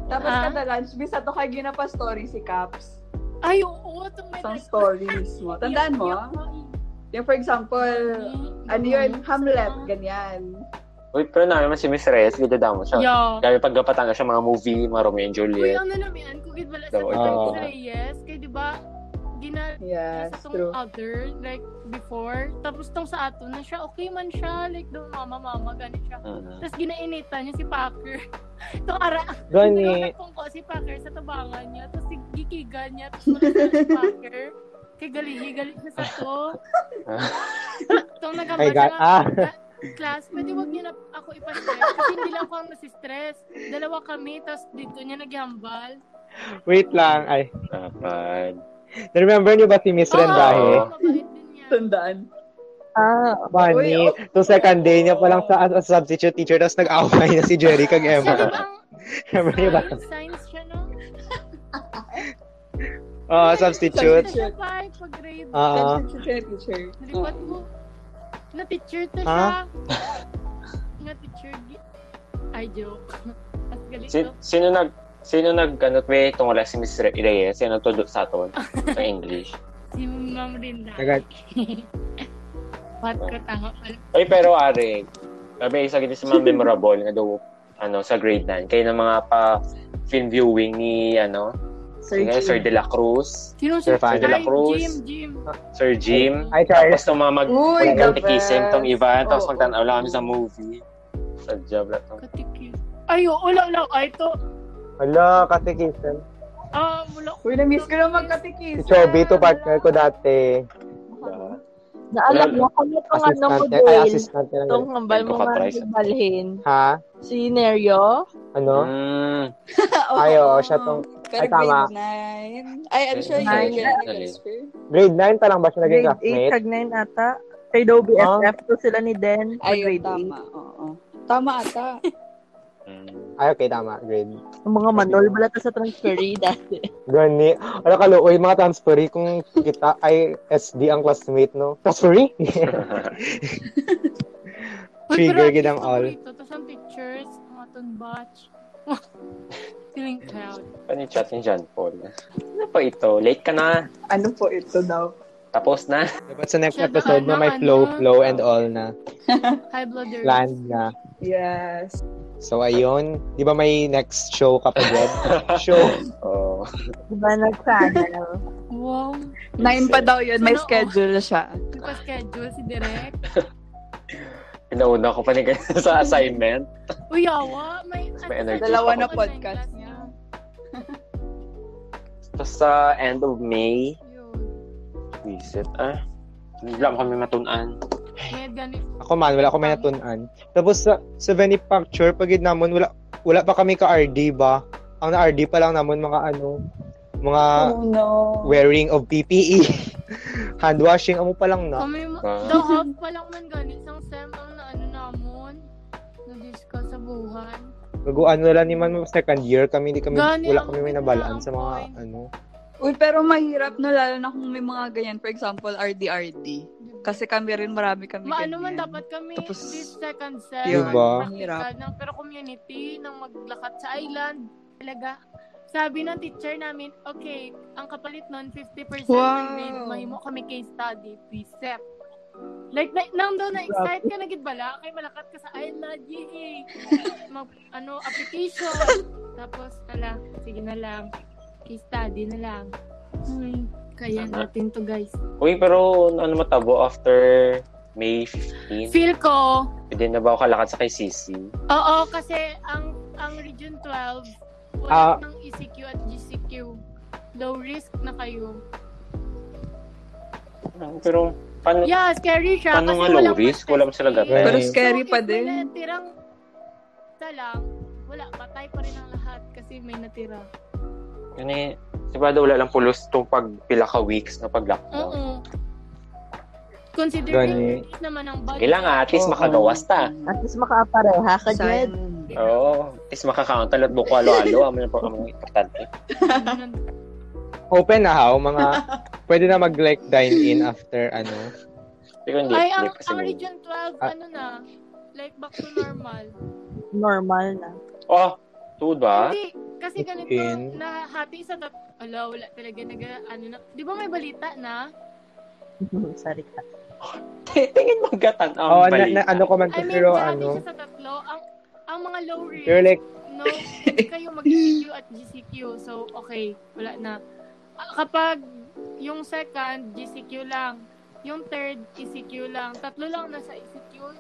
Tapos
Ah.
kada lunch, bisa to kay ginapastory si Caps.
Ay, oo, itong may
Some
nag-
stories mo. Tandaan mo?
Yuck, yuck, yuck.
Yung for example, ano yun, Hamlet, ganyan.
Uy, pero namin man si Miss Reyes, ganda damo siya.
Yeah.
Grabe, pag napatanga siya mga movie, mga Romeo and
Uy,
Juliet.
ang ano nalamian ko, gid wala sa
Daw,
ikaw.
Pilipinas, yes. Kaya di ba, gina
Yes,
sa tong
true.
other, like, before. Tapos tong sa ato na siya, okay man siya. Like, daw, mama, mama, ganit siya.
Mhm.
Tapos ginainitan niya si Packer. Itong ara,
Gani.
Tinawag ko si Packer sa tabangan niya. Tapos gigigan niya. Tapos wala siya si Packer. Kay galihi, galit na sa to. Itong
Ay,
nagabasa
God.
nga,
Ah,
class, pwede wag niyo na ako ipa-stress kasi hindi lang ako ang nasistress. Dalawa kami, tapos dito niya naghihambal.
wait lang. Ay,
Dapat.
remember niyo ba si Miss Ren
dahil.
Rahe?
Ah, mabait din niya.
Tandaan.
Ah,
Ano
Funny.
Uy, oh.
To second day niya pa lang sa as a substitute teacher, tapos nag-away na si Jerry kag
Siya di
Emma.
ba ang
Remember niyo ba?
science, science siya, no?
Oo, Ah, substitute. Ah,
Siya pa, pag-grade.
Ah.
Oo.
Substitute siya, teacher.
Nalipat
Oh.
ko. Na-teacher to siya.
Ha?
Na-teacher. gi- Ay, joke. At galit
Si,
to.
sino nag sino nag ano may tungkol si Miss Reyes? Sino to do- sa aton? Sa English.
Si Ma'am Rinda.
Nagat.
Pat ko tango. Ano?
Ay, pero Ari, sabi isa kita sa mga memorable na daw, ano, sa grade 9. Kayo ng mga pa film viewing ni, ano,
Sir
Sir, Sir
Jim.
De La Cruz,
Sino
Sir Fanny.
De La
Ay,
Cruz.
Jim, Jim.
Sir Jim.
Ay, Charles.
Tapos tumamag,
Uy,
walang
the
tikisim tong
best.
iba. Tapos
Oo.
magtanaw lang kami sa movie. Sa job na to.
Katikis. Ay, oo, wala, wala. Ay, ito.
Hala, katikisan.
Ah, wala.
Uy, na-miss ko na
Si
magkatikis.
Chubby, to partner ko dati.
Naalala mo kung itong ano mo,
Assistant. Ay,
Dale.
assistant. na lang.
Itong hambal mo
Yung
nga
kapatrais.
hibalhin.
Ha?
Scenario?
Ano?
Mm.
Ay, oo, siya tong...
Pero
Ah,
Ay, tama.
grade 9. Ay, ano siya?
Nine.
Year Year
Grade 9 pa lang ba siya naging
Grade 8,
classmate?
tag 9 ata. Kay daw
Ah.
BFF to sila ni Den. sa
Ay,
grade
tama. Oo. Tama ata.
Mm.
Ay, okay, tama. Grade.
8. Ang mga manol, wala to sa transferee dati.
Gani. Ano ka, Luoy, mga transferee kung kita ay SD ang classmate, no? Transferee?
Uy, pero
Trigger
at least
ginang all.
paborito. Tapos ang pictures, mga ton batch. Feeling proud.
Ano yung chat ni John Paul? Ano pa ito? Late ka na.
Ano po ito daw?
Tapos na.
Dapat sa next
Siya ba,
episode na may
ano,
flow,
ano?
flow and all na.
High blood earth.
Land na.
Yes.
So, ayun. Di ba may next show ka pa dyan? show.
Oh.
Diba nag-channel?
Wow.
Nine pa daw yun. May
Sino-
schedule siya.
Di pa schedule si Direk.
Pinauna ko pa ni sa assignment.
Uy, yawa. May,
May energy
Dalawa
pa
na
ako.
podcast niya.
Tapos sa end of May,
Yun.
visit. Ah, hindi lang kami matunan.
May ganito.
Ako man, wala ko may natunan. Tapos sa, sa Venipacture, pagid namon, wala, wala pa kami ka-RD ba? Ang na-RD pa lang namon mga ano, mga
Ah, Ano?
oh, no.
wearing of PPE. Hand washing, amo pa lang na.
Kami, mo-
Ah.
the hub pa lang man ganit. Isang sem ang na ano namon. Na-discuss sa buhay.
Nag-ano lang ni man second year kami, hindi kami,
Gani,
wala
ang
kami may
ganda
nabalaan
ang
sa mga
point.
ano.
Uy, pero mahirap no, lalo na kung may mga ganyan. For example, RDRD. Kasi kami rin, marami kami
Maano
ganyan.
ano man dapat kami
Tapos,
this second sem.
yun.
Diba?
Magkita ng, pero community ng maglakat sa island. Talaga. Sabi ng teacher namin, okay, ang kapalit nun, 50% ng
Wow.
grade, mahimo kami case study, precept. Like, na, nang daw na-excite ka, nagid bala, kay malakat ka sa island, yay! Mag, ano, application. Tapos, ala, sige na lang, case study na lang. Hmm, kaya
Tama.
natin to, guys.
Uy, pero ano matabo after May 15?
Feel ko,
Pwede na ba ako kalakad sa kay Sisi?
Oo, kasi ang ang Region 12,
Ah.
wala ng ECQ at GCQ. Low risk na kayo.
Ah, Pero, paano?
Yeah, scary siya.
Paano
kasi
nga low
walang
risk?
contest
Wala mo sila
eh.
gagawin.
Pero
So,
scary
if
pa
may
din.
natirang isa lang, wala, patay pa rin ang lahat kasi may natira.
Yun eh, si Bada wala lang pulos itong pagpila ka weeks na pag-lockdown.
Oo. Considering
Gani.
risk naman ang budget.
Sige lang ah, at least
Oo.
makagawas ta.
At least makaapareha ka, Jed.
Sayang.
Oo, at least makakauntal at buko alo-alo. ah. Ang mga ang mga importante.
Open na how, mga, pwede na mag like dine in after ano.
Hindi ko hindi,
Ay,
hindi
ang,
kasi
ang
may-
Region 12,
Ah.
ano na, like back to normal.
Normal na.
Oh, tuod ba?
Hindi, kasi ganito,
In.
nahati sa tap, ala, wala talaga nag, ano na, di ba may balita na?
Sorry ka.
Tingin magatan ang
Oh, na,
balita.
na- ano ko man
I
to,
mean,
pero
nahati
ano.
siya sa tatlo, ang, ang mga low risk,
You're like,
no, hindi kayo mag-GQ at GCQ, so okay, wala na. Ah, Kapag yung second, GCQ lang, yung third, ECQ lang, tatlo lang nasa ECQ,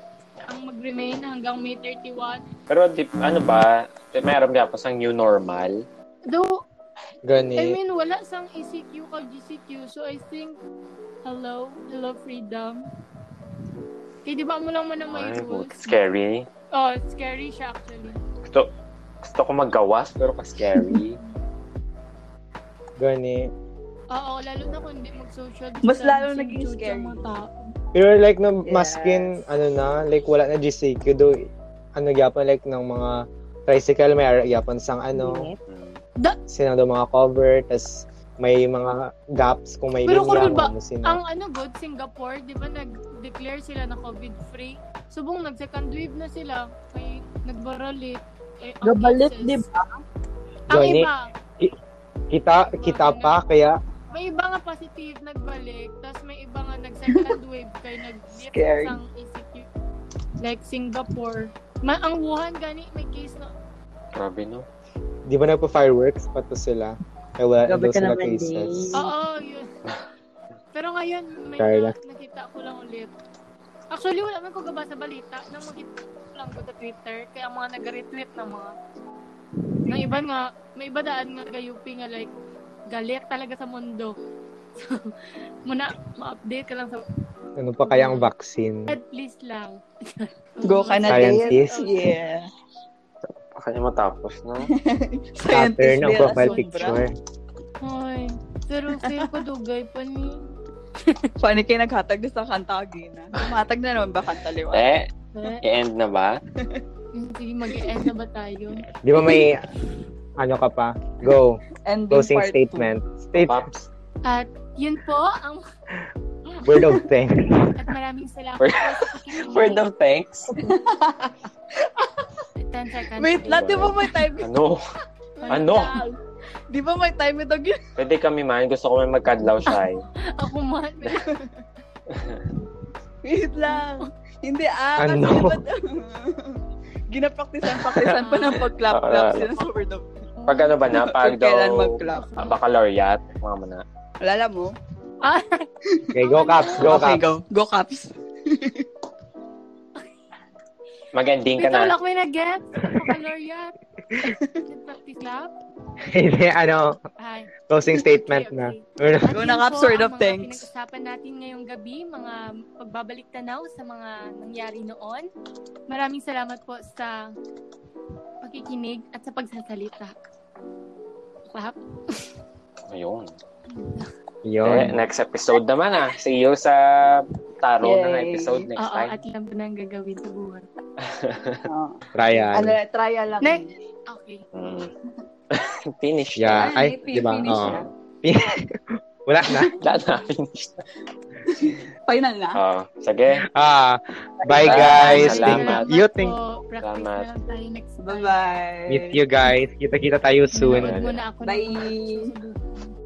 ang mag-remain hanggang May 31.
Pero di, ano ba, meron nga pa sang new normal.
Though,
gani.
I mean, wala sang ECQ ka GCQ. So, I think, hello, hello, freedom. Kaya di ba mo lang man ang may
Ay,
rules?
but scary.
Oh, scary siya actually.
Gusto, gusto ko maggawas, pero ka-scary.
Gani.
Oo, lalo na kung hindi mag-social distancing.
Mas lalo naging
chuchu
scary.
ang mga tao.
Pero like no
Yes.
maskin ano na like wala na GCQ do ano gyapon like ng mga tricycle may ara- gyapon sang ano
Mm.
sinang do mga cover tas may mga gaps kung may
Pero kung
linya
ba-
ano sino.
Ang ano, good, Singapore, di ba nag-declare sila na COVID-free? So, bung nag-second wave na sila, may nagbaralit. Eh, ang
Gabalit,
cases.
di ba?
Ang
Gani.
iba.
ano?
Kita kita pa kaya
May iba nga positive nagbalik, tapos may iba nga nag-second wave kay nag-lift
Scary.
sang ECQ. Like Singapore. Ma ang Wuhan gani may case na
Grabe, no?
Di ba nagpa-fireworks? Pato sila. Kaya wala na
Grabe
daw
ka
sila
naman,
cases.
Dave.
Oo, yun. Pero ngayon, may
Carla.
na- nakita ko lang ulit. Actually, wala man ko gaba sa balita. Nang makita ko lang ko sa Twitter, kaya ang mga nag-retweet ng mga... Nang iba nga, may iba daan nga gayupi nga like, galit talaga sa mundo. So, muna, ma-update ka lang sa
Ano pa kaya ang vaccine?
at least lang.
Go ka na, Dave.
Scientist.
Yeah.
Kaya matapos, no?
Pattern ng
din,
profile
sobra.
picture.
Hoy. Pero feel ko dugay pa ni.
Funny kayo naghatag na sa kantagi na. Tumatag na naman ba kantaliwa?
eh,
Eh,
i-end na ba?
Sige, mag-end na ba tayo?
Di ba may ano ka pa? Go.
Ending
Closing
part
statement. State
Paps,
At yun po ang
word of thanks.
at maraming salamat po sa pakikinig.
word of thanks.
10
two.
seconds.
Wait, lang, di ba may time?
Ano? Ano?
Di ba may time ito?
Pwede kami man. Gusto ko man magkadlaw siya eh.
Ako man.
Wait lang. Hindi ah,
Ano?
kasi ba't... Ginapraktisan, praktisan pa ng pag-clap-clap sila sa word of
Pag ano ba na? Pag
Kung kailan
daw,
mag-clap.
ah, baccalaureate. Mga muna.
Alala mo?
Okay, go Caps, go
okay,
Caps.
go. Go Caps.
Mag-ending
Wait,
ka na.
wala ko may nag-get. Kaloriat. Practice lab.
Hindi, ano,
Hi.
closing statement
Okay,
na.
okay.
Word of-
At
Go
yun
na, Caps,
po
word
ang
of
mga
thanks.
Pinag-usapan natin ngayong gabi, mga pagbabalik tanaw sa mga nangyari noon. Maraming salamat po sa pakikinig at sa pagsasalita. Clap.
Ayun. Eh,
Yun.
next episode naman ah. See you sa taro na na
Yay.
episode next
Oo,
time.
at alam ko na ang gagawin sa buhay.
Oh. Ano,
Trial.
trial lang.
Next. Okay.
Mm. finish
Yeah.
Ah,
Ay,
may
di ba?
finish
Oo.
na.
Wala na.
na. Lahat na, finish na.
Final na.
Oo, sige.
Ah, bye guys. Thank
Salamat
you. Thank
po. Practice na
Salamat.
lang tayo next time.
Bye-bye.
Meet you guys. Kita-kita tayo soon.
Manood muna ako ng
Bye.
mga susunod.